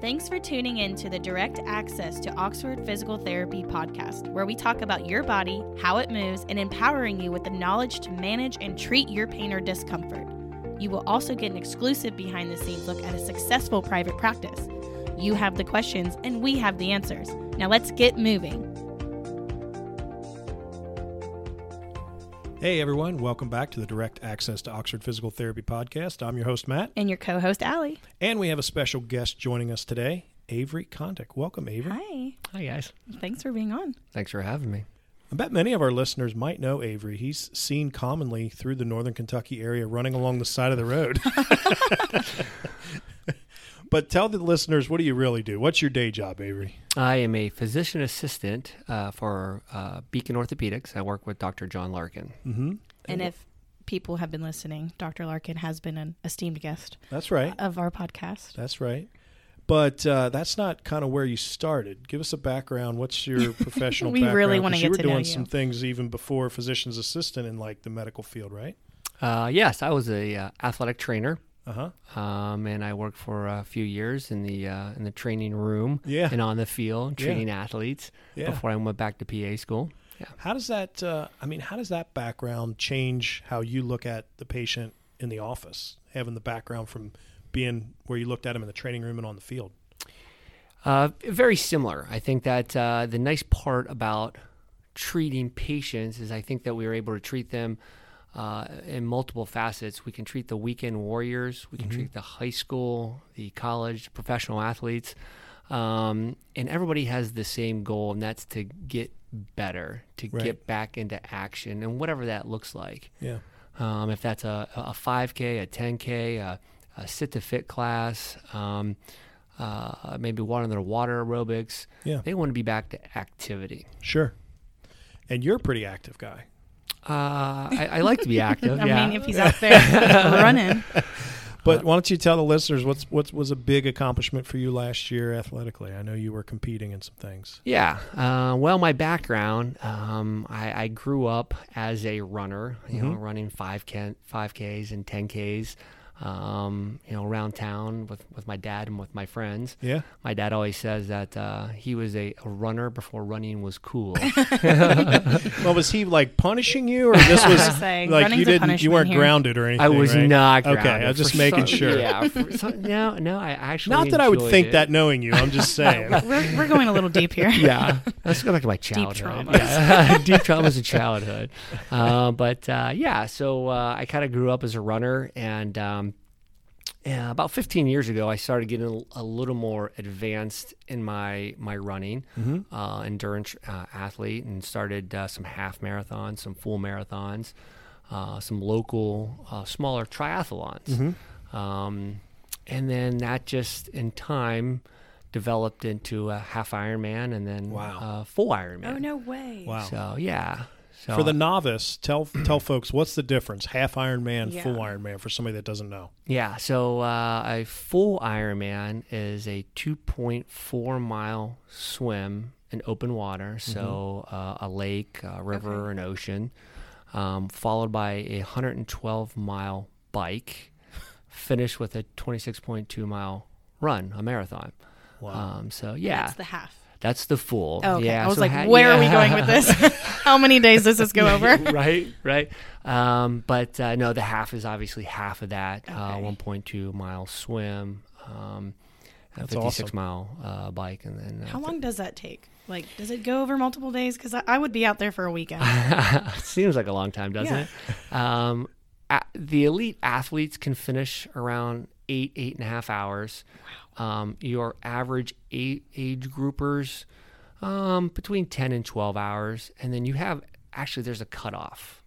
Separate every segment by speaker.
Speaker 1: Thanks for tuning in to the Direct Access to Oxford Physical Therapy podcast, where we talk about your body, how it moves, and empowering you with the knowledge to manage and treat your pain or discomfort. You will also get an exclusive behind the scenes look at a successful private practice. You have the questions, and we have the answers. Now let's get moving.
Speaker 2: Hey everyone, welcome back to the Direct Access to Oxford Physical Therapy podcast. I'm your host, Matt,
Speaker 1: And your co host, Allie.
Speaker 2: and we have a special guest joining us today, Avery Condick. Welcome, Avery.
Speaker 1: Hi.
Speaker 3: Hi guys.
Speaker 1: Thanks for being on.
Speaker 3: Thanks for having me.
Speaker 2: I bet many of our listeners might know Avery. He's seen commonly through the northern Kentucky area running along the side of the road. but tell the listeners, what do you really do? What's your day job, Avery?
Speaker 3: I am a physician assistant uh, for uh, Beacon Orthopedics. I work with Dr. John Larkin.
Speaker 2: Mm-hmm.
Speaker 1: And if people have been listening, Dr. Larkin has been an esteemed guest
Speaker 2: That's right.
Speaker 1: of our podcast.
Speaker 2: That's right. But uh, that's not kind of where you started. Give us a background. What's your professional
Speaker 1: We
Speaker 2: background?
Speaker 1: really wanna
Speaker 2: 'Cause
Speaker 1: get
Speaker 2: you were
Speaker 1: to know
Speaker 2: doing
Speaker 1: you.
Speaker 2: some things even before physician's assistant in like the medical field, right?
Speaker 3: Uh, yes, I was a uh, athletic trainer,
Speaker 2: Uh huh.
Speaker 3: um, and I worked for a few years in the uh, in the training room
Speaker 2: Yeah.
Speaker 3: and on the field
Speaker 2: Yeah.
Speaker 3: training athletes
Speaker 2: Yeah.
Speaker 3: before I went back to PA school. Yeah.
Speaker 2: How does that? Uh, I mean, how does that background change how you look at the patient in the office? Having the background from being where you looked at him in the training room and on the field.
Speaker 3: Uh, very similar. I think that uh, the nice part about treating patients is I think that we are able to treat them uh, in multiple facets. We can treat the weekend warriors, we can treat the high school, the college, professional athletes, um, and everybody has the same goal, and that's to get better, to
Speaker 2: Right.
Speaker 3: get back into action, and whatever that looks like
Speaker 2: Yeah.
Speaker 3: um, if that's a, a 5K, a 10K, a, a sit to fit class, um, uh, maybe water their water aerobics.
Speaker 2: Yeah.
Speaker 3: They want to be back to activity.
Speaker 2: Sure. And you're a pretty active guy.
Speaker 3: Uh, I, I like to be active.
Speaker 1: I
Speaker 3: yeah.
Speaker 1: mean, if he's out there running,
Speaker 2: But why don't you tell the listeners what's what was a big accomplishment for you last year athletically? I know you were competing in some things.
Speaker 3: Yeah. Uh, well, my background, um, I, I grew up as a runner, you know, running 5K, 5Ks and 10Ks, um, you know, around town with, with my dad and with my friends.
Speaker 2: Yeah.
Speaker 3: My dad always says that uh, he was a, a runner before running was cool.
Speaker 2: Well, was he like punishing you, or this was
Speaker 1: I was saying,
Speaker 2: like
Speaker 1: running's
Speaker 2: you
Speaker 1: a
Speaker 2: didn't you
Speaker 1: punishment
Speaker 2: weren't
Speaker 1: here.
Speaker 2: grounded or anything?
Speaker 3: I was
Speaker 2: right?
Speaker 3: not grounded.
Speaker 2: Okay, I was
Speaker 3: for
Speaker 2: just making
Speaker 3: some-
Speaker 2: sure.
Speaker 3: Yeah. for some- no, no, I actually
Speaker 2: Not that I would
Speaker 3: enjoyed
Speaker 2: think
Speaker 3: it.
Speaker 2: that knowing you. I'm just saying.
Speaker 1: we're, we're going a little deep here.
Speaker 3: Yeah. Let's go back to my childhood.
Speaker 1: traumas.
Speaker 3: Yeah. Deep traumas of childhood. Uh, but uh, yeah, so uh, I kind of grew up as a runner, and um, yeah, about 15 years ago, I started getting a, a little more advanced in my my running,
Speaker 2: Mm-hmm.
Speaker 3: uh, endurance uh, athlete, and started uh, some half marathons, some full marathons, uh, some local uh, smaller triathlons,
Speaker 2: Mm-hmm.
Speaker 3: um, and then that just in time developed into a half Ironman and then
Speaker 2: Wow.
Speaker 3: uh, full Ironman.
Speaker 1: Oh, no way.
Speaker 2: Wow.
Speaker 3: So yeah. So uh,
Speaker 2: for the novice, tell tell folks what's the difference: half Iron Man,
Speaker 1: Yeah.
Speaker 2: full Iron Man, for somebody that doesn't know.
Speaker 3: Yeah, so uh, a full Ironman is a 2.4 mile swim in open water,
Speaker 1: Mm-hmm.
Speaker 3: so uh, a lake, a river, an ocean, um, followed by a 112 mile bike, finished with a 26.2 mile run, a marathon.
Speaker 2: Wow.
Speaker 3: Um, so yeah,
Speaker 1: That's the half.
Speaker 3: that's the full.
Speaker 1: Oh, okay.
Speaker 3: Yeah,
Speaker 1: I was
Speaker 3: so
Speaker 1: like,
Speaker 3: ha-
Speaker 1: where are we
Speaker 3: yeah.
Speaker 1: going with this? How many days does this go over?
Speaker 3: right, right. Um, but uh, no, the half is obviously half of that. Uh,
Speaker 1: Okay.
Speaker 3: 1.2 mile swim, um, a
Speaker 2: That's
Speaker 3: 56
Speaker 2: awesome.
Speaker 3: mile uh, bike, and then uh,
Speaker 1: How long does that take? Like, does it go over multiple days? Because I, I would be out there for a weekend.
Speaker 3: seems like a long time, doesn't it? Um, a- the elite athletes can finish around eight, eight and a half hours. Um, your average eight age groupers, um, between 10 and 12 hours. And then you have actually, there's a cutoff.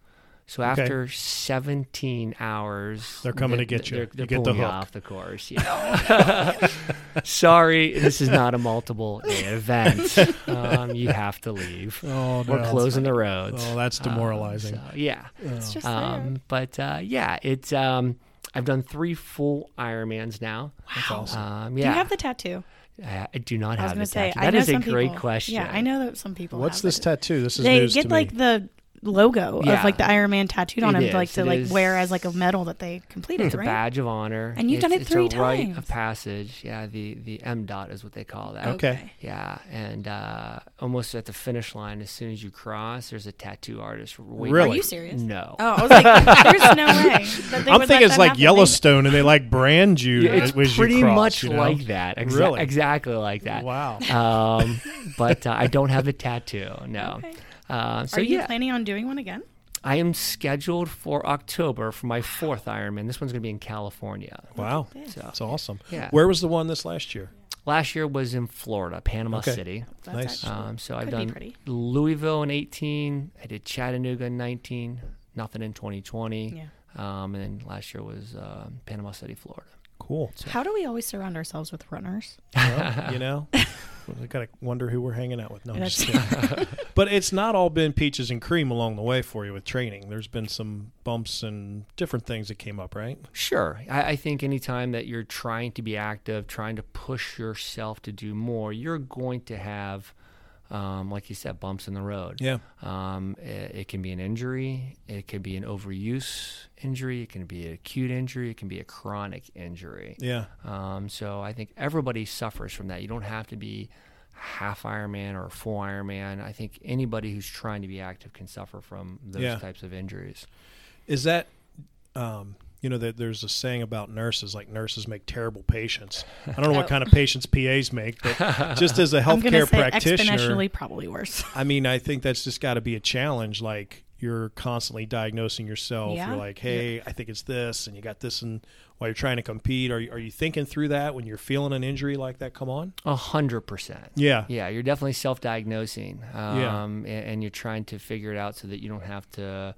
Speaker 3: So after 17 hours,
Speaker 2: They're coming to get you.
Speaker 3: They're, they're
Speaker 2: You get the
Speaker 3: pulling you
Speaker 2: hook.
Speaker 3: off the course. yeah. Sorry, this is not a multiple day event. Um, you have to leave.
Speaker 2: Oh,
Speaker 3: We're closing the roads.
Speaker 2: Oh, that's demoralizing.
Speaker 3: Um, So, yeah.
Speaker 1: It's just there.
Speaker 3: Um, but uh, yeah, it's um, I've done three full Ironmans now.
Speaker 2: That's awesome.
Speaker 3: Um,
Speaker 1: Do
Speaker 3: yeah,
Speaker 1: you have the tattoo?
Speaker 3: I, I do not
Speaker 1: I was
Speaker 3: have
Speaker 1: going
Speaker 3: the
Speaker 1: to say,
Speaker 3: tattoo.
Speaker 1: I
Speaker 3: That
Speaker 1: know
Speaker 3: is a
Speaker 1: some
Speaker 3: great
Speaker 1: people,
Speaker 3: question.
Speaker 1: Yeah, I know that some people.
Speaker 2: What's
Speaker 1: have it.
Speaker 2: this tattoo? This is
Speaker 1: They
Speaker 2: news
Speaker 1: get
Speaker 2: to
Speaker 1: like
Speaker 2: me.
Speaker 1: the logo
Speaker 3: Yeah.
Speaker 1: of like the Iron Man tattooed on
Speaker 3: It
Speaker 1: him, to, like
Speaker 3: is,
Speaker 1: to
Speaker 3: it
Speaker 1: like
Speaker 3: is.
Speaker 1: wear as like a medal that they completed,
Speaker 3: It's a
Speaker 1: right?
Speaker 3: badge of honor,
Speaker 1: And you've
Speaker 3: It's-
Speaker 1: done it
Speaker 3: it's
Speaker 1: three
Speaker 3: a rite of
Speaker 1: times.
Speaker 3: passage. Yeah, the the M dot is what they call that.
Speaker 2: Okay.
Speaker 3: Yeah, and uh, almost at the finish line, as soon as you cross, there's a tattoo artist.
Speaker 1: Are
Speaker 3: Waiting.
Speaker 2: Really?
Speaker 1: you serious?
Speaker 3: No.
Speaker 1: Oh, I was like, there's no way. that they
Speaker 2: I'm
Speaker 1: would let
Speaker 2: thinking it's
Speaker 1: that
Speaker 2: like
Speaker 1: happen.
Speaker 2: Yellowstone, and they like brand you.
Speaker 3: Yeah, it's
Speaker 2: as you
Speaker 3: pretty
Speaker 2: cross,
Speaker 3: much
Speaker 2: you know?
Speaker 3: like that. Exa-
Speaker 2: Really?
Speaker 3: Exactly like that.
Speaker 2: Wow.
Speaker 3: Um, but uh, I don't have a tattoo. No.
Speaker 1: Okay.
Speaker 3: Uh, so
Speaker 1: Are you
Speaker 3: yeah,
Speaker 1: planning on doing one again?
Speaker 3: I am scheduled for October for my fourth Ironman. This one's going to be in California.
Speaker 2: Wow,
Speaker 3: So-
Speaker 2: that's awesome.
Speaker 3: Yeah.
Speaker 2: Where was the one this last year?
Speaker 3: Last year was in Florida, Panama
Speaker 2: Okay.
Speaker 3: City.
Speaker 1: That's
Speaker 2: Nice.
Speaker 1: actually-
Speaker 3: Um, so I've
Speaker 1: Could be
Speaker 3: done
Speaker 1: pretty.
Speaker 3: Louisville in 18. I did Chattanooga in 19. Nothing in 2020.
Speaker 1: Yeah.
Speaker 3: Um, and then last year was uh, Panama City, Florida.
Speaker 2: Cool.
Speaker 1: How do we always surround ourselves with runners?
Speaker 2: Well, you know, I gotta wonder who we're hanging out with. No, I'm
Speaker 1: That's-
Speaker 2: just kidding. but it's not all been peaches and cream along the way for you with training. There's been some bumps and different things that came up, right?
Speaker 3: Sure. I, I think anytime that you're trying to be active, trying to push yourself to do more, you're going to have, um, like you said, bumps in the road.
Speaker 2: Yeah.
Speaker 3: Um, i- it, can be an injury, it can be an overuse injury, it can be an acute injury, it can be a chronic injury.
Speaker 2: Yeah.
Speaker 3: Um, so I think everybody suffers from that. You don't have to be half Ironman or full Ironman. I think anybody who's trying to be active can suffer from those
Speaker 2: Yeah.
Speaker 3: types of injuries.
Speaker 2: Is that, um, you know, that there's a saying about nurses, like nurses make terrible patients. I don't know what
Speaker 1: Oh.
Speaker 2: kind of patients PAs make, but just as a
Speaker 1: I'm gonna
Speaker 2: healthcare
Speaker 1: say
Speaker 2: practitioner,
Speaker 1: exponentially probably worse.
Speaker 2: I mean, I think that's just got to be a challenge. Like you're constantly diagnosing yourself.
Speaker 1: Yeah.
Speaker 2: You're like, hey, I think it's this, and you got this, and while you're trying to compete, are you, are you thinking through that when you're feeling an injury like that? Come on.
Speaker 3: A hundred percent.
Speaker 2: Yeah.
Speaker 3: Yeah, you're definitely self-diagnosing,
Speaker 2: Yeah.
Speaker 3: um, a- and, you're trying to figure it out so that you don't have to,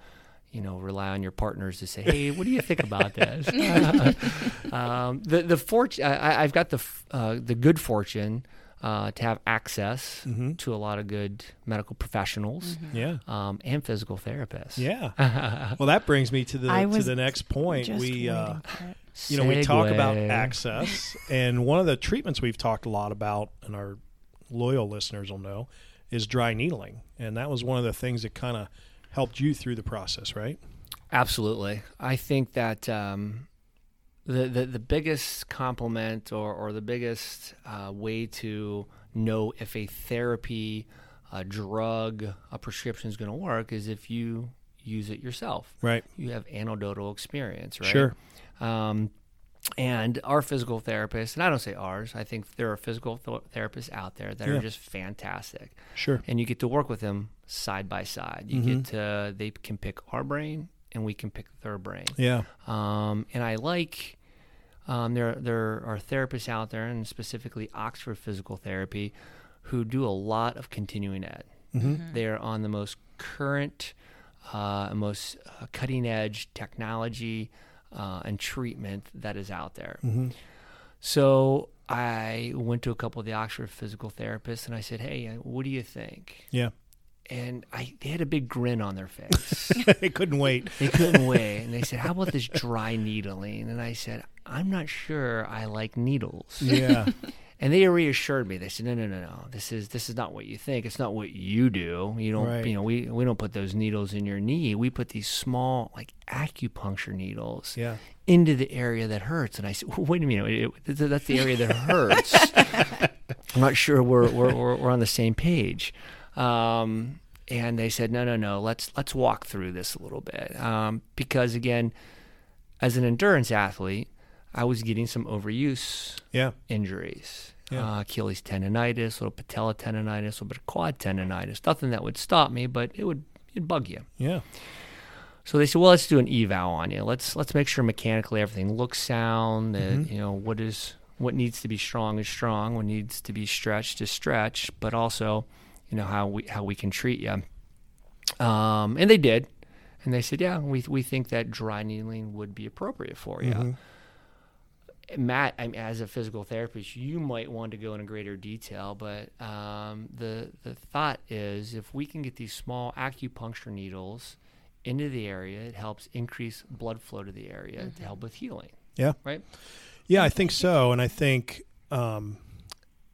Speaker 3: you know, rely on your partners to say, "Hey, what do you think about this?" um, the the fortune I, I've got the f- uh, the good fortune uh, to have access
Speaker 2: Mm-hmm.
Speaker 3: to a lot of good medical professionals
Speaker 2: Yeah.
Speaker 3: um, and physical therapists.
Speaker 2: Mm-hmm. Yeah. well, that brings me to the
Speaker 1: I
Speaker 2: to
Speaker 1: was
Speaker 2: the next point.
Speaker 1: Just
Speaker 2: We, uh,
Speaker 1: waiting for it.
Speaker 2: you know, we talk about
Speaker 3: Segue.
Speaker 2: access, and one of the treatments we've talked a lot about, and our loyal listeners will know, is dry needling, and that was one of the things that kind of helped you through the process, right?
Speaker 3: Absolutely. I think that um, the, the the biggest compliment or, or the biggest uh, way to know if a therapy, a drug, a prescription is going to work is if you use it yourself.
Speaker 2: Right.
Speaker 3: You have anecdotal experience, right?
Speaker 2: Sure.
Speaker 3: Um, and our physical therapists, and I don't say ours, I think there are physical th- therapists out there that
Speaker 2: Yeah.
Speaker 3: are just fantastic
Speaker 2: Sure.
Speaker 3: and you get to work with them side by side. You get to they can pick our brain and we can pick their brain.
Speaker 2: Yeah.
Speaker 3: Um, and I like um, there there are therapists out there, and specifically Oxford Physical Therapy, who do a lot of continuing ed. They are on the most current, uh, most uh, cutting edge technology uh, and treatment that is out there. So I went to a couple of the Oxford Physical Therapists, and I said, "Hey, uh, what do you think?"
Speaker 2: Yeah.
Speaker 3: And I, they had a big grin on their face.
Speaker 2: they couldn't wait.
Speaker 3: They couldn't wait. And they said, How about this dry needling? And I said, I'm not sure I like needles.
Speaker 2: Yeah.
Speaker 3: And they reassured me. They said, No, no, no, no. This is this is not what you think. It's not what you do. You don't
Speaker 2: Right.
Speaker 3: you know, we, we don't put those needles in your knee. We put these small like acupuncture needles
Speaker 2: Yeah.
Speaker 3: into the area that hurts. And I said, well, wait a minute, it, it- that's the area that hurts. I'm not sure we're, we're, we're, we're on the same page. Um, and they said, no, no, no, let's, let's walk through this a little bit. Um, because again, as an endurance athlete, I was getting some overuse
Speaker 2: Yeah.
Speaker 3: injuries.
Speaker 2: Yeah.
Speaker 3: Uh, Achilles tendonitis, little patella tendonitis, a little bit of quad tendonitis. Nothing that would stop me, but it would it'd bug you.
Speaker 2: Yeah.
Speaker 3: So they said, well, let's do an eval on you. Let's let's make sure mechanically everything looks sound. That you know what is what needs to be strong is strong. What needs to be stretched is stretched. But also, you know how we how we can treat you. Um, and they did, and they said, yeah, we we think that dry needling would be appropriate for you. Matt, I mean, as a physical therapist, you might want to go into greater detail, but um, the the thought is if we can get these small acupuncture needles into the area, it helps increase blood flow to the area to help with healing,
Speaker 2: Yeah.
Speaker 3: right?
Speaker 2: Yeah, I think so, and I think um,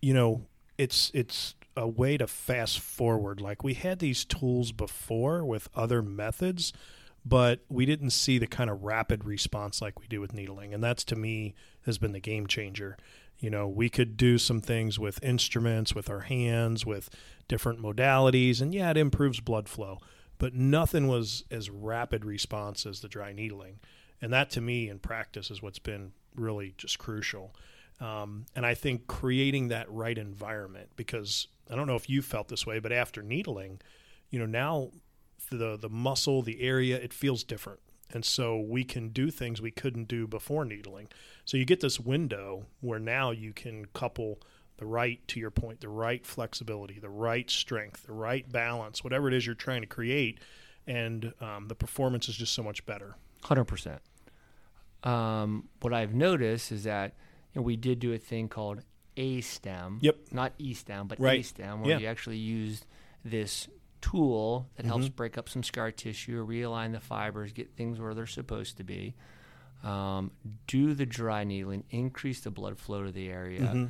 Speaker 2: you know it's it's a way to fast forward. Like we had these tools before with other methods, but we didn't see the kind of rapid response like we do with needling. And that's to me has been the game changer. You know, we could do some things with instruments, with our hands, with different modalities, and yeah, it improves blood flow, but nothing was as rapid response as the dry needling. And that to me in practice is what's been really just crucial. Um, and I think creating that right environment because I don't know if you felt this way, but after needling, you know now the the muscle, the area, it feels different, and so we can do things we couldn't do before needling. So you get this window where now you can couple the right to your point, the right flexibility, the right strength, the right balance, whatever it is you're trying to create, and um, the performance is just so much better.
Speaker 3: Hundred percent. Um, what I've noticed is that you know, we did do a thing called A stem.
Speaker 2: Yep.
Speaker 3: Not E stem, but A
Speaker 2: Right.
Speaker 3: stem, where
Speaker 2: Yeah.
Speaker 3: you actually used this tool that
Speaker 2: Mm-hmm.
Speaker 3: helps break up some scar tissue, realign the fibers, get things where they're supposed to be. Um, do the dry needling, increase the blood flow to the area.
Speaker 2: Mm-hmm.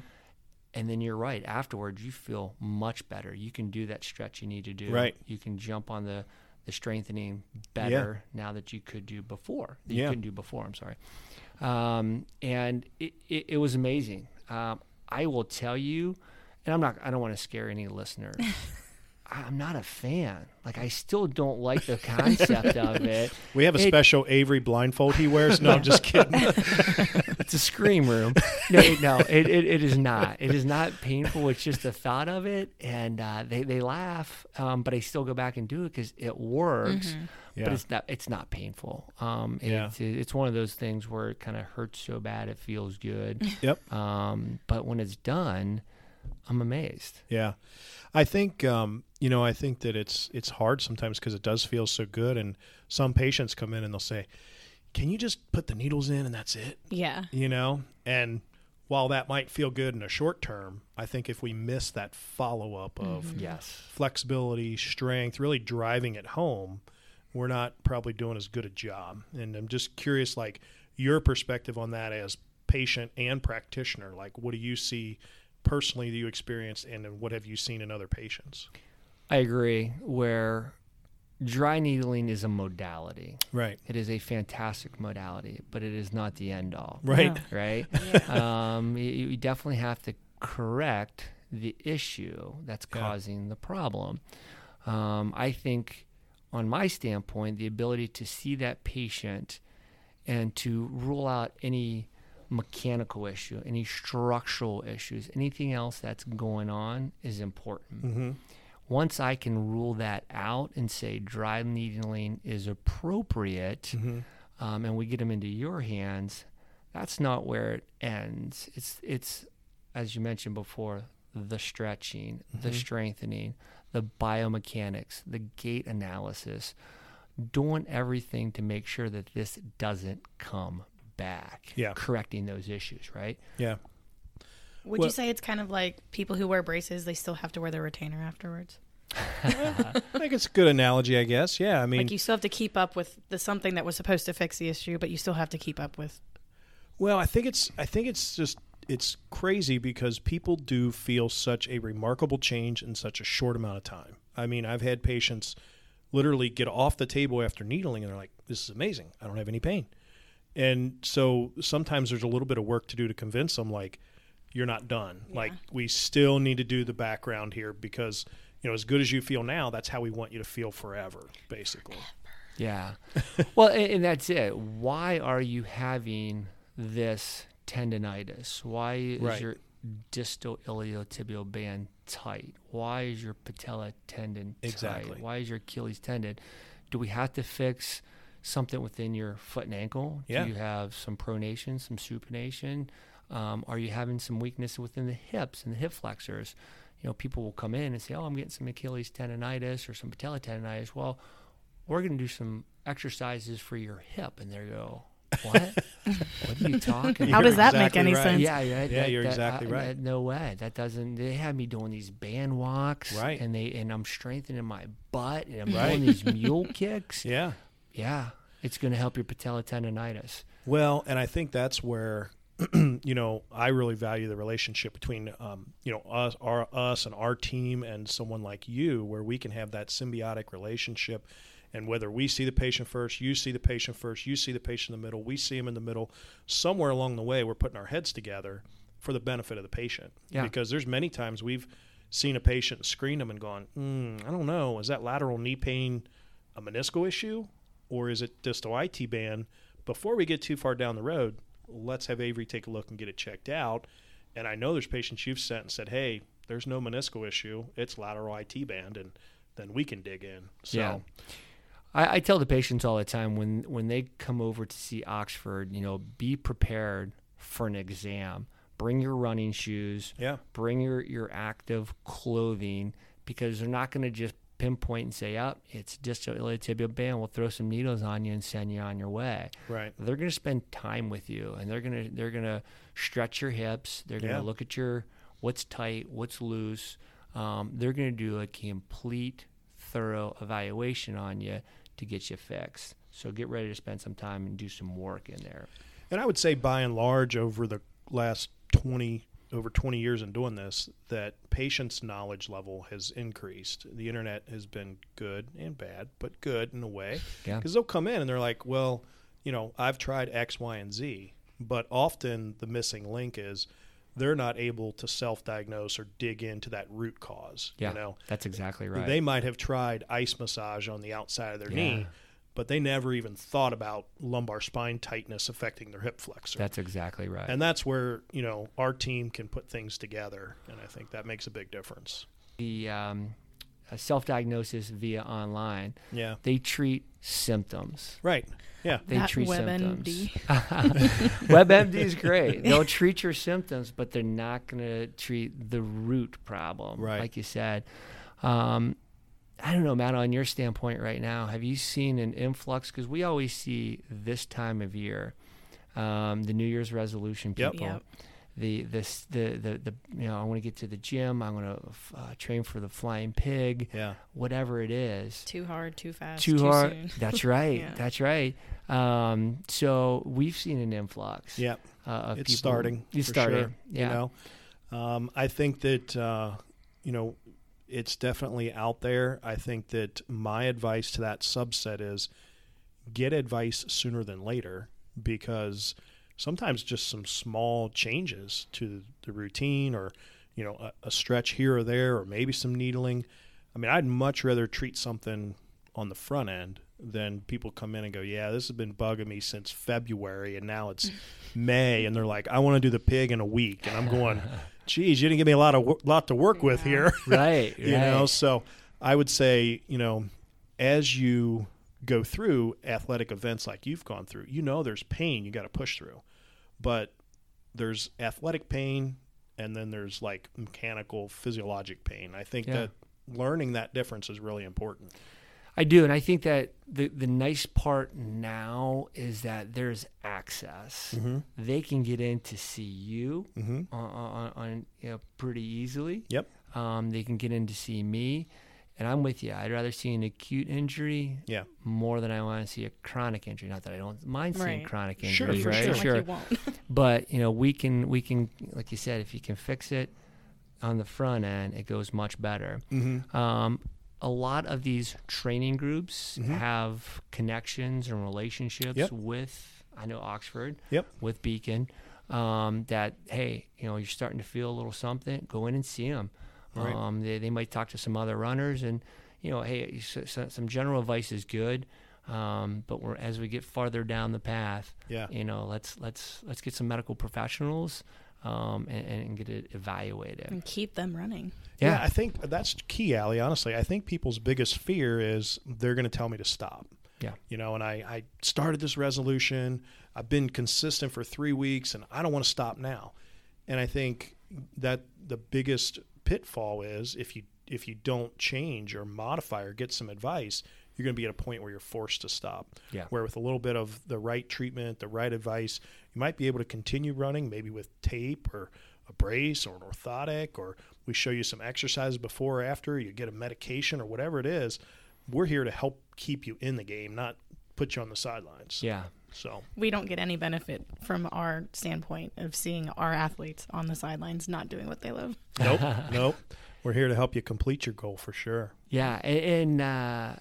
Speaker 3: And then you're right. Afterwards, you feel much better. You can do that stretch you need to do.
Speaker 2: Right.
Speaker 3: You can jump on the, the strengthening better now that you could do before. That You
Speaker 2: Yeah.
Speaker 3: couldn't do before. I'm sorry. Um, and it, it, it was amazing. Um, I will tell you, and I'm not. I don't want to scare any listeners. I- I'm not a fan. Like I still don't like the concept of it.
Speaker 2: We have a
Speaker 3: It-
Speaker 2: special Avery blindfold he wears. No, I'm just kidding.
Speaker 3: It's a scream room. No, it, no, it, it, it is not. It is not painful. It's just the thought of it, and uh, they they laugh. Um, but I still go back and do it because it works. But
Speaker 2: Yeah.
Speaker 3: it's not it's not painful. Um, and
Speaker 2: Yeah.
Speaker 3: it's, it's one of those things where it kind of hurts so bad it feels good.
Speaker 2: Yep.
Speaker 3: Um, but when it's done, I'm amazed.
Speaker 2: Yeah, I think um, you know. I think that it's it's hard sometimes because it does feel so good, and some patients come in and they'll say, "Can you just put the needles in and that's it?"
Speaker 1: Yeah.
Speaker 2: You know, and while that might feel good in the short term, I think if we miss that follow up of
Speaker 3: Yes.
Speaker 2: flexibility, strength, really driving it home, we're not probably doing as good a job. And I'm just curious, like your perspective on that as patient and practitioner. Like, what do you see personally that you experienced, and then what have you seen in other patients?
Speaker 3: I agree. Where dry needling is a modality.
Speaker 2: Right,
Speaker 3: It is a fantastic modality, but it is not the end all.
Speaker 2: right,
Speaker 3: right? um, you, you definitely have to correct the issue that's
Speaker 2: Yeah.
Speaker 3: causing the problem. Um, I think, on my standpoint, the ability to see that patient and to rule out any mechanical issue, any structural issues, anything else that's going on is important. Once I can rule that out and say dry needling is appropriate, um, and we get them into your hands, that's not where it ends. It's it's as you mentioned before, the stretching, the strengthening, the biomechanics, the gait analysis, doing everything to make sure that this doesn't come back.
Speaker 2: Yeah.
Speaker 3: Correcting those issues, right?
Speaker 2: yeah.
Speaker 1: Would
Speaker 2: Well-
Speaker 1: you say it's kind of like people who wear braces, they still have to wear their retainer afterwards?
Speaker 2: I think it's a good analogy, I guess. Yeah, I mean,
Speaker 1: Like you still have to keep up with the something that was supposed to fix the issue, but you still have to keep up with.
Speaker 2: Well, I think it's I think it's just it's crazy because people do feel such a remarkable change in such a short amount of time. I mean, I've had patients literally get off the table after needling and they're like, "This is amazing. I don't have any pain." And so sometimes there's a little bit of work to do to convince them like you're not done. Like we still need to do the background here because you know, as good as you feel now, that's how we want you to feel forever, basically.
Speaker 3: Yeah. well, a- and, that's it. Why are you having this tendonitis? Why is
Speaker 2: Right.
Speaker 3: your distal iliotibial band tight? Why is your patella tendon tight?
Speaker 2: Exactly.
Speaker 3: Why is your Achilles tendon? Do we have to fix something within your foot and ankle?
Speaker 2: Yeah.
Speaker 3: Do you have some pronation, some supination? Um, are you having some weakness within the hips and the hip flexors? You know, people will come in and say, "Oh, I'm getting some Achilles tendonitis or some patella tendonitis." Well, we're going to do some exercises for your hip, and they go, "What? what are you talking?
Speaker 1: How
Speaker 2: You're
Speaker 1: does
Speaker 3: about?
Speaker 1: that make
Speaker 2: exactly
Speaker 1: any
Speaker 2: right.
Speaker 1: sense?
Speaker 3: Yeah, yeah,
Speaker 2: Yeah, you're exactly
Speaker 3: I-
Speaker 2: right.
Speaker 3: that- uh, no way. That doesn't. They had me doing these band walks,
Speaker 2: Right.
Speaker 3: And they and I'm strengthening my butt, and I'm
Speaker 2: Right.
Speaker 3: doing these mule kicks. Yeah,
Speaker 2: Yeah.
Speaker 3: it's going to help your patella tendonitis.
Speaker 2: Well, and I think that's where you know, I really value the relationship between, um, you know, us, our, us and our team and someone like you, where we can have that symbiotic relationship. And whether we see the patient first, you see the patient first, you see the patient in the middle, we see him in the middle, somewhere along the way, we're putting our heads together for the benefit of the patient.
Speaker 3: Yeah.
Speaker 2: Because there's many times we've seen a patient, screened them, and gone, mm, I don't know, is that lateral knee pain a meniscal issue or is it distal IT band? Before we get too far down the road, let's have Avery take a look and get it checked out. And I know there's patients you've sent and said, hey, there's no meniscal issue, it's lateral IT band, and then we can dig in. So,
Speaker 3: Yeah. I, I tell the patients all the time when when they come over to see Oxford, you know, be prepared for an exam. Bring your running shoes.
Speaker 2: Yeah.
Speaker 3: Bring your your active clothing because they're not going to just pinpoint and say, "Up, it's distal iliotibial band. We'll throw some needles on you and send you on your way."
Speaker 2: right.
Speaker 3: They're going to spend time with you, and they're going to they're going to stretch your hips. They're going to
Speaker 2: Yeah.
Speaker 3: look at your what's tight, what's loose. Um, they're going to do a complete, thorough evaluation on you to get you fixed. So get ready to spend some time and do some work in there.
Speaker 2: And I would say, by and large, over the last twenty over twenty years in doing this, that patients' knowledge level has increased. The internet has been good and bad, but good in a way,
Speaker 3: Yeah.
Speaker 2: because they'll come in and they're like, "Well, you know, I've tried X, Y, and Z," but often the missing link is they're not able to self-diagnose or dig into that root cause.
Speaker 3: Yeah,
Speaker 2: You know,
Speaker 3: that's exactly right.
Speaker 2: they might have tried ice massage on the outside of their knee,
Speaker 3: Yeah.
Speaker 2: but they never even thought about lumbar spine tightness affecting their hip flexor.
Speaker 3: that's exactly right.
Speaker 2: and that's where, you know, our team can put things together. And I think that makes a big difference.
Speaker 3: the um, uh, self-diagnosis via online,
Speaker 2: Yeah.
Speaker 3: they treat symptoms.
Speaker 2: Right. Yeah.
Speaker 3: They
Speaker 1: Not
Speaker 3: treat symptoms.
Speaker 1: WebMD.
Speaker 3: WebMD is great. They'll treat your symptoms, but they're not going to treat the root problem.
Speaker 2: Right.
Speaker 3: Like you said. Um, I don't know, Matt, on your standpoint right now, have you seen an influx? Because we always see this time of year, um, the New Year's resolution
Speaker 2: Yep.
Speaker 3: people.
Speaker 1: Yep.
Speaker 3: The, this, the, the, the, you know, I want to get to the gym. I want to uh, train for the flying pig,
Speaker 2: Yeah.
Speaker 3: whatever it is
Speaker 1: Too hard, too fast,
Speaker 3: too hard.
Speaker 1: soon.
Speaker 3: That's right.
Speaker 1: Yeah.
Speaker 3: That's right. Um, so we've seen an influx.
Speaker 2: Yeah.
Speaker 3: uh, of
Speaker 2: It's
Speaker 3: people.
Speaker 2: starting.
Speaker 3: It's
Speaker 2: for
Speaker 3: starting.
Speaker 2: sure,
Speaker 3: Yeah.
Speaker 2: You know, um, I think that, uh, you know, it's definitely out there. I think that my advice to that subset is get advice sooner than later because sometimes just some small changes to the routine or, you know, a, a stretch here or there or maybe some needling. I mean, I'd much rather treat something on the front end than people come in and go, yeah, this has been bugging me since February and now it's May and they're like, I want to do the pig in a week. And I'm going, geez, you didn't give me a lot of wo- lot to work with
Speaker 1: Yeah.
Speaker 2: here
Speaker 3: Right.
Speaker 2: you know
Speaker 3: right.
Speaker 2: so i would say you know as you go through athletic events like you've gone through you know there's pain you got to push through but there's athletic pain and then there's like mechanical physiologic pain i think
Speaker 3: Yeah.
Speaker 2: that learning that difference is really important
Speaker 3: I do, and I think that the the nice part now is that there's access.
Speaker 2: Mm-hmm.
Speaker 3: They can get in to see you
Speaker 2: Mhm.
Speaker 3: on, on, on you know, pretty easily.
Speaker 2: yep
Speaker 3: Um, they can get in to see me, and I'm with you. I'd rather see an acute injury
Speaker 2: yeah
Speaker 3: more than I want to see a chronic injury. Not that I don't mind seeing
Speaker 1: Right.
Speaker 3: chronic
Speaker 2: Sure,
Speaker 3: injuries,
Speaker 2: for
Speaker 3: right?
Speaker 2: sure.
Speaker 1: Like you won't.
Speaker 3: but you know we can we can like you said if you can fix it on the front end it goes much better
Speaker 2: Mm-hmm.
Speaker 3: um, a lot of these training groups have connections and relationships
Speaker 2: Mm-hmm. Yep.
Speaker 3: with i know oxford
Speaker 2: Yep.
Speaker 3: with beacon um, that hey you know you're starting to feel a little something go in and see them
Speaker 2: Right.
Speaker 3: um, they, they might talk to some other runners and you know hey s- s- some general advice is good um, but we're, as we get farther down the path
Speaker 2: yeah
Speaker 3: you know let's let's let's get some medical professionals um, and, and get it evaluated
Speaker 1: and keep them running.
Speaker 2: Yeah.
Speaker 3: yeah
Speaker 2: I think that's key, Allie. Honestly, I think people's biggest fear is they're going to tell me to stop.
Speaker 3: Yeah.
Speaker 2: You know, and I, I started this resolution. I've been consistent for three weeks and I don't want to stop now. And I think that the biggest pitfall is if you if you don't change or modify or get some advice, you're going to be at a point where you're forced to stop.
Speaker 3: Yeah.
Speaker 2: Where with a little bit of the right treatment, the right advice, you might be able to continue running, maybe with tape or a brace or an orthotic, or we show you some exercises before or after, you get a medication or whatever it is. We're here to help keep you in the game, not put you on the sidelines.
Speaker 3: yeah
Speaker 2: So
Speaker 1: We don't get any benefit from our standpoint of seeing our athletes on the sidelines not doing what they love.
Speaker 2: nope, nope. We're here to help you complete your goal for sure.
Speaker 3: Yeah, and, and uh,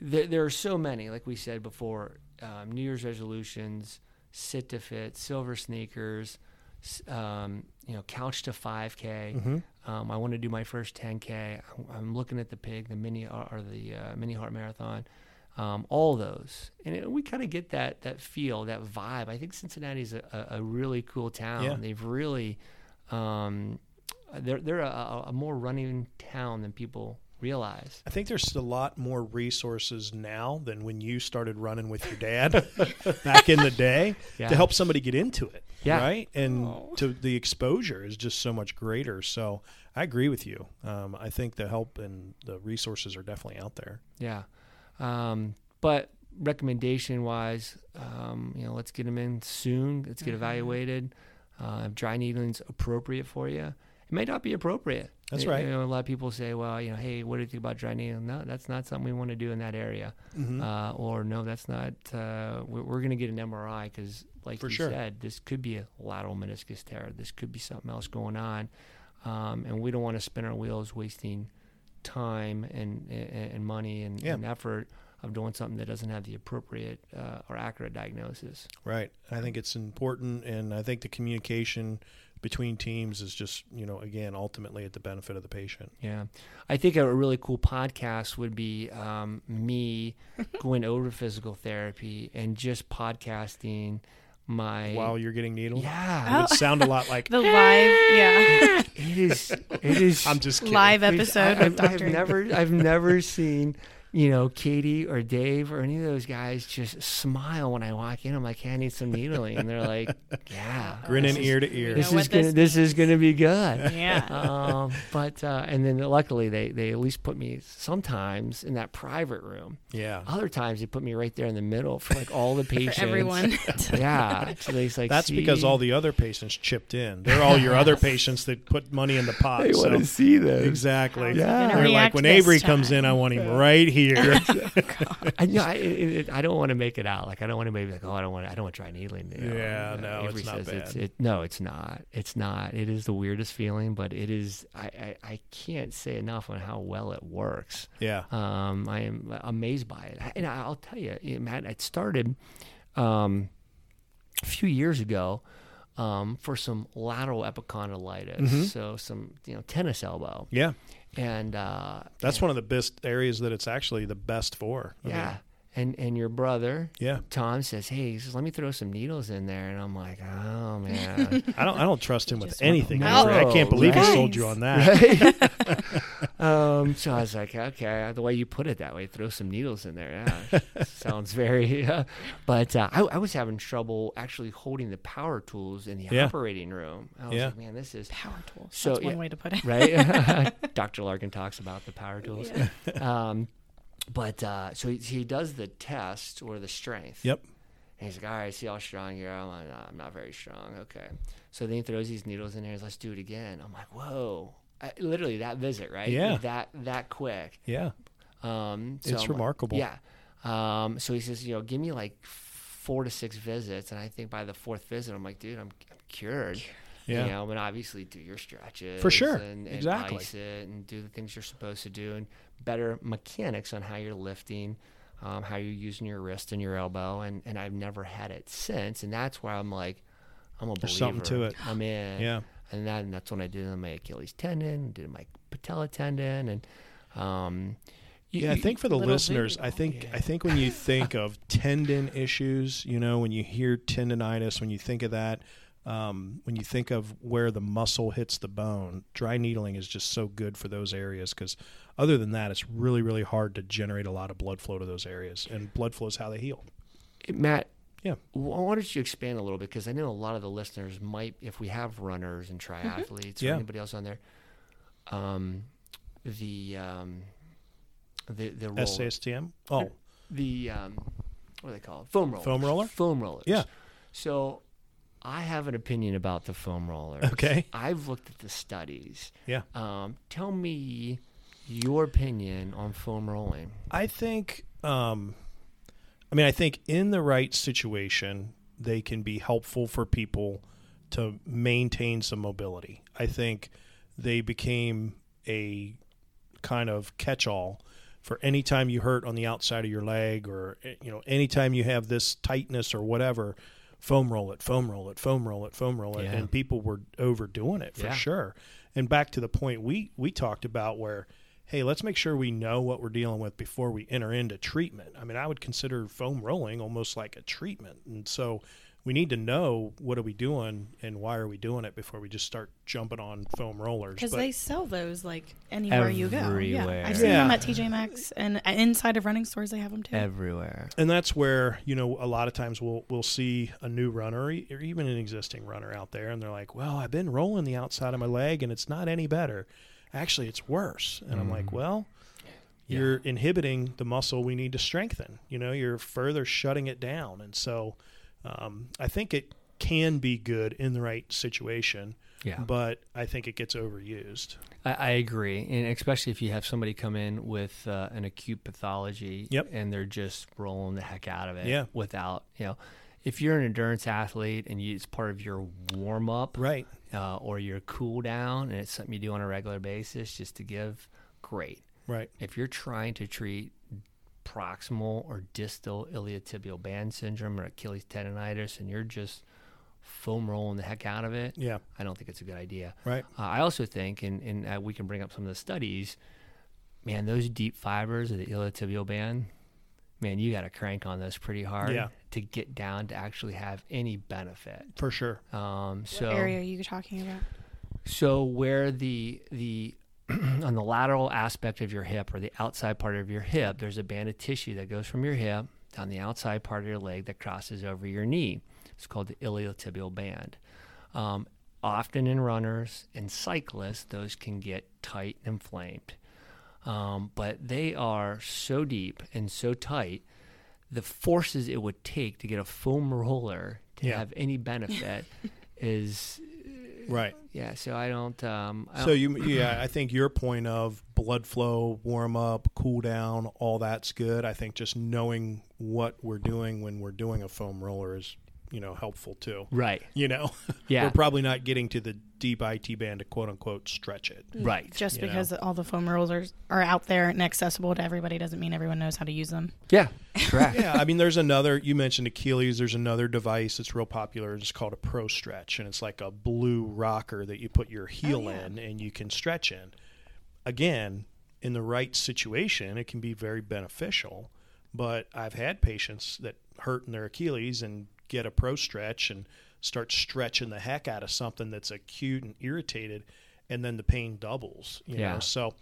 Speaker 3: there, there are so many, like we said before, um, New Year's resolutions, sit to fit, silver sneakers, s- um, you know, couch to 5K. Um, I want to do my first 10K. I'm- I'm looking at the pig, the mini or or the uh, mini heart marathon. Um, all those, and it, we kind of get that that feel, that vibe. I think Cincinnati's a, a, a really cool town.
Speaker 2: Yeah.
Speaker 3: They've really um, they're they're a- a, a more running town than people realize.
Speaker 2: I think there's a lot more resources now than when you started running with your dad back in the day
Speaker 3: Yeah.
Speaker 2: to help somebody get into it.
Speaker 3: Yeah.
Speaker 2: Right. And
Speaker 1: Oh.
Speaker 2: to the exposure is just so much greater. So I agree with you. Um, I think the help and the resources are definitely out there.
Speaker 3: Yeah, um, but recommendation wise, um, you know, let's get them in soon. Let's
Speaker 2: Mm-hmm.
Speaker 3: get evaluated. Uh, if dry needling's appropriate for you. It may not be appropriate.
Speaker 2: That's
Speaker 3: You-
Speaker 2: right.
Speaker 3: You know, a lot of people say, well, you know, hey, what do you think about dry needling? No, that's not something we want to do in that area.
Speaker 2: Mm-hmm. Hmm.
Speaker 3: Uh, or no, that's not. Uh, we're we're going to get an MRI because, like
Speaker 2: For
Speaker 3: you
Speaker 2: sure.
Speaker 3: said, this could be a lateral meniscus tear. This could be something else going on, um, and we don't want to spin our wheels wasting time and and, and money and,
Speaker 2: Yeah.
Speaker 3: and effort of doing something that doesn't have the appropriate uh, or accurate diagnosis.
Speaker 2: Right. I think it's important. And I think the communication between teams is just, you know, again, ultimately at the benefit of the patient.
Speaker 3: Yeah, I think a really cool podcast would be um, me going over physical therapy and just podcasting my
Speaker 2: While you're getting needled,
Speaker 3: yeah.
Speaker 2: it would sound a lot like
Speaker 1: The live, yeah,
Speaker 3: It is. It is.
Speaker 2: I'm just kidding.
Speaker 1: live
Speaker 3: I mean,
Speaker 1: episode
Speaker 3: I,
Speaker 1: of
Speaker 3: have I've
Speaker 1: Doctor.
Speaker 3: never. I've never seen. You know, Katie or Dave or any of those guys just smile when I walk in. I'm like, "Hey, I need some needling," and they're like, "Yeah,
Speaker 2: grinning
Speaker 3: this is-
Speaker 2: ear to ear.
Speaker 1: know
Speaker 3: This
Speaker 1: what
Speaker 3: is gonna.
Speaker 1: this
Speaker 3: This is gonna be good."
Speaker 1: Yeah,
Speaker 3: um, but uh, and then luckily they they at least put me sometimes in that private room.
Speaker 2: Yeah.
Speaker 3: Other times they put me right there in the middle for like all the patients.
Speaker 1: for everyone.
Speaker 3: Yeah. So they just like
Speaker 2: That's because all the other patients chipped in. They're all your other patients that put money in the pot.
Speaker 3: they
Speaker 2: so
Speaker 3: want to see this.
Speaker 2: exactly.
Speaker 3: Yeah.
Speaker 2: They're like
Speaker 1: React
Speaker 2: when
Speaker 1: this
Speaker 2: Avery comes
Speaker 1: time."
Speaker 2: in, I want him right here.
Speaker 3: I, no, I, it, it- I don't want to make it out. Like I don't want to be like, oh, I don't want, I don't want dry needling. you know,
Speaker 2: Yeah,
Speaker 3: and, uh,
Speaker 2: no, it's not
Speaker 3: It's,
Speaker 2: bad.
Speaker 3: it, no, it's not. It's not. It is the weirdest feeling, but it is. I, I, I can't say enough on how well it works.
Speaker 2: yeah.
Speaker 3: Um, I am amazed by it, and I- I'll tell you, eh, Matt. It started um, a few years ago um, for some lateral epicondylitis,
Speaker 2: Mm-hmm.
Speaker 3: so some you know tennis elbow,
Speaker 2: Yeah.
Speaker 3: and uh,
Speaker 2: That's one of the best areas that it's actually the best for. I mean,
Speaker 3: yeah, and and your brother,
Speaker 2: yeah.
Speaker 3: Tom says, "Hey, he says, let me throw some needles in there," and I'm like, "Oh man."
Speaker 2: I don't I don't trust him with
Speaker 1: Just
Speaker 2: anything.
Speaker 3: want-
Speaker 2: Avery. I can't believe
Speaker 1: Guys.
Speaker 2: he sold you on that.
Speaker 3: um, so I was like, "Okay, the way you put it that way, throw some needles in there." Yeah, sounds very. Uh, but uh, I, I was having trouble actually holding the power tools in the
Speaker 2: Yeah.
Speaker 3: operating room. I was
Speaker 2: Yeah.
Speaker 3: like, "Man, this is."
Speaker 1: Power tools.
Speaker 3: So,
Speaker 1: That's one
Speaker 3: yeah.
Speaker 1: way to put it.
Speaker 3: right? Dr. Larkin talks about the power tools. Um, but uh, so he, he does the test or the strength.
Speaker 2: Yep.
Speaker 3: And he's like, all right, see how strong you are. I'm like, nah, I'm not very strong. Okay. So then he throws these needles in there. He's let's do it again. I'm like, whoa. I, literally that visit, right?
Speaker 2: Yeah.
Speaker 3: That that quick.
Speaker 2: Yeah.
Speaker 3: Um, so
Speaker 2: It's
Speaker 3: I'm like-
Speaker 2: remarkable.
Speaker 3: yeah. Um, so he says, you know, give me like four to six visits, and I think by the fourth visit, I'm like, dude, I'm, I'm cured.
Speaker 2: Yeah.
Speaker 3: You know, and obviously do your stretches
Speaker 2: sure.
Speaker 3: and, and
Speaker 2: Exactly.
Speaker 3: ice it and do the things you're supposed to do and better mechanics on how you're lifting, um, how you're using your wrist and your elbow, and and I've never had it since, and that's where I'm like, I'm a believer.
Speaker 2: There's something to it.
Speaker 3: I'm in.
Speaker 2: Yeah.
Speaker 3: And then that's when I did it on my Achilles tendon, did it on my patella tendon, and um, you-
Speaker 2: Yeah, I
Speaker 3: you-
Speaker 2: think for the
Speaker 1: little
Speaker 2: listeners,
Speaker 1: video.
Speaker 2: I think I think when you think of tendon issues, you know, when you hear tendonitis, when you think of that, um, when you think of where the muscle hits the bone, dry needling is just so good for those areas because other than that, it's really really hard to generate a lot of blood flow to those areas, and blood flow is how they heal.
Speaker 3: Matt,
Speaker 2: Yeah.
Speaker 3: wh- why don't you expand a little bit? Because I know a lot of the listeners might, if we have runners and triathletes or
Speaker 2: Mm-hmm. Yeah.
Speaker 3: anybody else on there, um, the um, the the roller,
Speaker 2: SASTM. Oh,
Speaker 3: the um, what are they called? Foam roller.
Speaker 2: Foam roller?
Speaker 3: Foam rollers.
Speaker 2: Yeah.
Speaker 3: So, I have an opinion about the foam roller.
Speaker 2: Okay.
Speaker 3: I've looked at the studies.
Speaker 2: yeah.
Speaker 3: Um, tell me your opinion on foam rolling.
Speaker 2: I think um, I mean, I think in the right situation, they can be helpful for people to maintain some mobility. I think they became a kind of catch-all for any time you hurt on the outside of your leg or eh, you know anytime you have this tightness or whatever foam roll it foam roll it foam roll it foam roll it
Speaker 4: Yeah.
Speaker 2: and people were overdoing it for
Speaker 4: Yeah.
Speaker 2: sure and back to the point we we talked about where hey let's make sure we know what we're dealing with before we enter into treatment i mean i would consider foam rolling almost like a treatment and so we need to know what are we doing and why are we doing it before we just start jumping on foam rollers
Speaker 1: Because
Speaker 2: But-
Speaker 1: they sell those like anywhere you go. Yeah,
Speaker 3: Everywhere.
Speaker 1: I've seen them
Speaker 2: Yeah.
Speaker 1: at TJ Maxx and uh, inside of running stores. They have them too.
Speaker 3: everywhere.
Speaker 2: and that's where you know a lot of times we'll we'll see a new runner or e- or even an existing runner out there and they're like well i've been rolling the outside of my leg and it's not any better actually it's worse and i'm like well you're inhibiting the muscle we need to strengthen you know you're further shutting it down and so um, i think it can be good in the right situation
Speaker 4: Yeah.
Speaker 2: but i think it gets overused
Speaker 3: I, I agree, and especially if you have somebody come in with uh, an acute pathology,
Speaker 2: Yep.
Speaker 3: and they're just rolling the heck out of it,
Speaker 2: Yeah.
Speaker 3: Without you know, if you're an endurance athlete and you, it's part of your warm up,
Speaker 2: right
Speaker 3: uh, or your cool down, and it's something you do on a regular basis just to give, great.
Speaker 2: right
Speaker 3: If you're trying to treat proximal or distal iliotibial band syndrome or Achilles tendonitis, and you're just foam rolling the heck out of it,
Speaker 2: yeah
Speaker 3: I don't think it's a good idea.
Speaker 2: right
Speaker 3: Uh, I also think, and, and uh, we can bring up some of the studies, man, those deep fibers of the iliotibial band, man, you got to crank on those pretty hard
Speaker 2: Yeah.
Speaker 3: to get down to actually have any benefit.
Speaker 2: for sure
Speaker 3: Um, so
Speaker 1: Area you talking about?
Speaker 3: so where the the on the lateral aspect of your hip or the outside part of your hip, there's a band of tissue that goes from your hip down the outside part of your leg that crosses over your knee. It's called the iliotibial band. Um, often in runners and cyclists, those can get tight and inflamed. Um, but they are so deep and so tight, the forces it would take to get a foam roller to
Speaker 2: Yeah.
Speaker 3: have any benefit is
Speaker 2: right
Speaker 3: yeah, so I don't. Um, I
Speaker 2: So you, yeah, I think your point of blood flow, warm up, cool down, all that's good. I think just knowing what we're doing when we're doing a foam roller is, you know, helpful too.
Speaker 3: don't- right,
Speaker 2: You know,
Speaker 3: Yeah.
Speaker 2: we're probably not getting to the deep IT band to quote unquote stretch it.
Speaker 3: right.
Speaker 1: Just
Speaker 2: You know.
Speaker 1: because all the foam rollers are out there and accessible to everybody doesn't mean everyone knows how to use them.
Speaker 3: Yeah, correct.
Speaker 2: yeah, I mean, there's another. You mentioned Achilles. There's another device that's real popular. It's called a Pro Stretch, and it's like a blue rocker that you put your heel
Speaker 1: yeah.
Speaker 2: in and you can stretch in. Again, in the right situation, it can be very beneficial. But I've had patients that hurt in their Achilles and get a Pro Stretch and start stretching the heck out of something that's acute and irritated, and then the pain doubles. You
Speaker 3: Yeah.
Speaker 2: know, so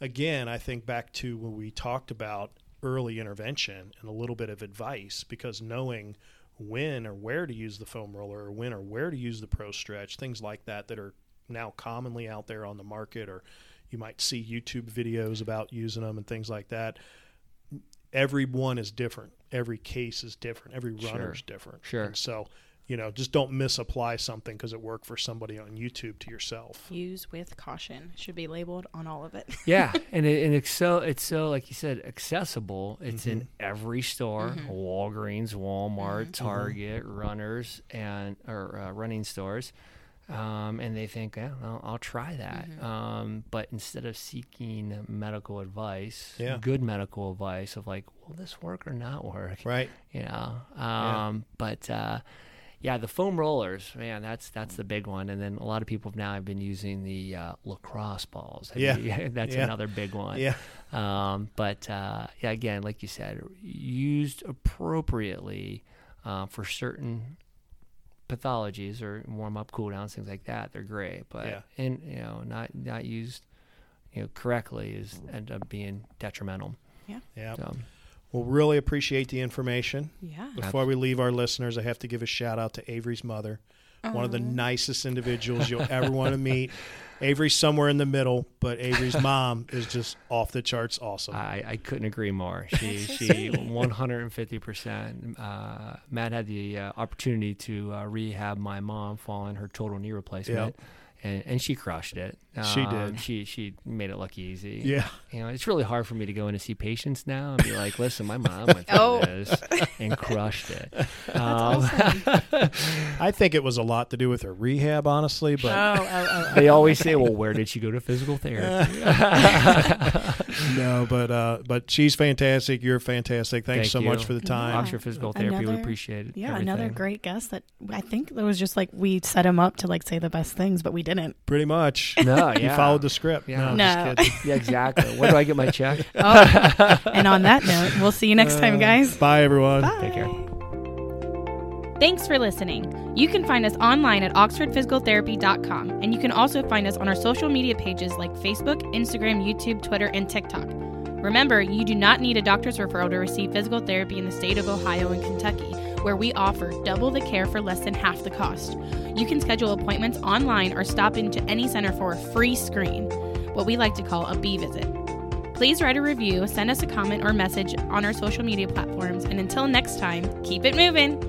Speaker 2: again, I think back to when we talked about early intervention and a little bit of advice because knowing when or where to use the foam roller or when or where to use the pro stretch, things like that that are now commonly out there on the market or you might see YouTube videos about using them and things like that. Everyone is different. Every case is different. Every runner is different.
Speaker 3: Sure.
Speaker 2: And so, you know, just don't misapply something because it worked for somebody on YouTube to yourself.
Speaker 1: Use with caution should be labeled on all of it.
Speaker 3: yeah, and it, and it's so it's so like you said, accessible. It's
Speaker 2: Mm-hmm.
Speaker 3: in every store: Walgreens, Walmart, Target, Runners, and or uh, running stores. Um, and they think, yeah, I'll, I'll try that. Um, but instead of seeking medical advice,
Speaker 2: Yeah.
Speaker 3: good medical advice of like, will this work or not work?
Speaker 2: Right.
Speaker 3: you know. Um, But uh, yeah, the foam rollers, man, that's that's the big one. And then a lot of people now have been using the uh, lacrosse balls. Have
Speaker 2: Yeah.
Speaker 3: you- that's
Speaker 2: Yeah.
Speaker 3: another big one.
Speaker 2: Yeah.
Speaker 3: Um, but uh, yeah, again, like you said, used appropriately uh, for certain pathologies or warm up, cool downs, things like that. They're great, but
Speaker 2: Yeah.
Speaker 3: and you know, not not used. You know, correctly is end up being detrimental.
Speaker 2: Yeah.
Speaker 3: So,
Speaker 2: Well, really appreciate the information.
Speaker 1: Yeah.
Speaker 2: Before we leave our listeners, I have to give a shout out to Avery's mother, one of the nicest individuals you'll ever want to meet. Avery's somewhere in the middle, but Avery's mom is just off the charts awesome.
Speaker 3: I, I couldn't agree more. She she 150 percent. Uh, Matt had the uh, opportunity to uh, rehab my mom following her total knee replacement, and, and she crushed it.
Speaker 2: She did.
Speaker 3: Um, She she made it look easy.
Speaker 2: Yeah.
Speaker 3: You know, it's really hard for me to go in and see patients now and be like, "Listen, my mom went through
Speaker 1: Oh.
Speaker 3: this and crushed it." Um,
Speaker 1: Awesome. oh,
Speaker 2: I think it was a lot to do with her rehab, honestly. But
Speaker 1: oh, oh,
Speaker 3: They always say, "Well, where did she go to physical therapy?"
Speaker 5: Oh.
Speaker 2: no, but uh, but she's fantastic. You're fantastic. Thanks
Speaker 3: Thank
Speaker 2: so
Speaker 3: you.
Speaker 2: much for the time.
Speaker 3: Oxford Physical Therapy, we
Speaker 5: Another-
Speaker 3: appreciate it.
Speaker 5: Yeah,
Speaker 3: everything.
Speaker 5: another great guest that I think it was just like we set him up to like say the best things, but we didn't.
Speaker 2: Pretty much.
Speaker 3: No, yeah.
Speaker 2: You followed the script. No,
Speaker 3: Yeah.
Speaker 5: No.
Speaker 2: Just kidding.
Speaker 3: Yeah, exactly. Where do I get my check?
Speaker 5: Oh, and on that note, we'll see you next
Speaker 3: Uh,
Speaker 5: time, guys.
Speaker 2: Uh, Bye, everyone.
Speaker 5: Bye.
Speaker 3: Take care.
Speaker 1: oh. Thanks for listening. You can find us online at oxfordphysicaltherapy.com, and you can also find us on our social media pages like Facebook, Instagram, YouTube, Twitter, and TikTok. Remember, you do not need a doctor's referral to receive physical therapy in the state of Ohio and Kentucky, where we offer double the care for less than half the cost. You can schedule appointments online or stop into any center for a free screen, what we like to call a B visit. Please write a review, send us a comment or message on our social media platforms, and until next time, keep it moving!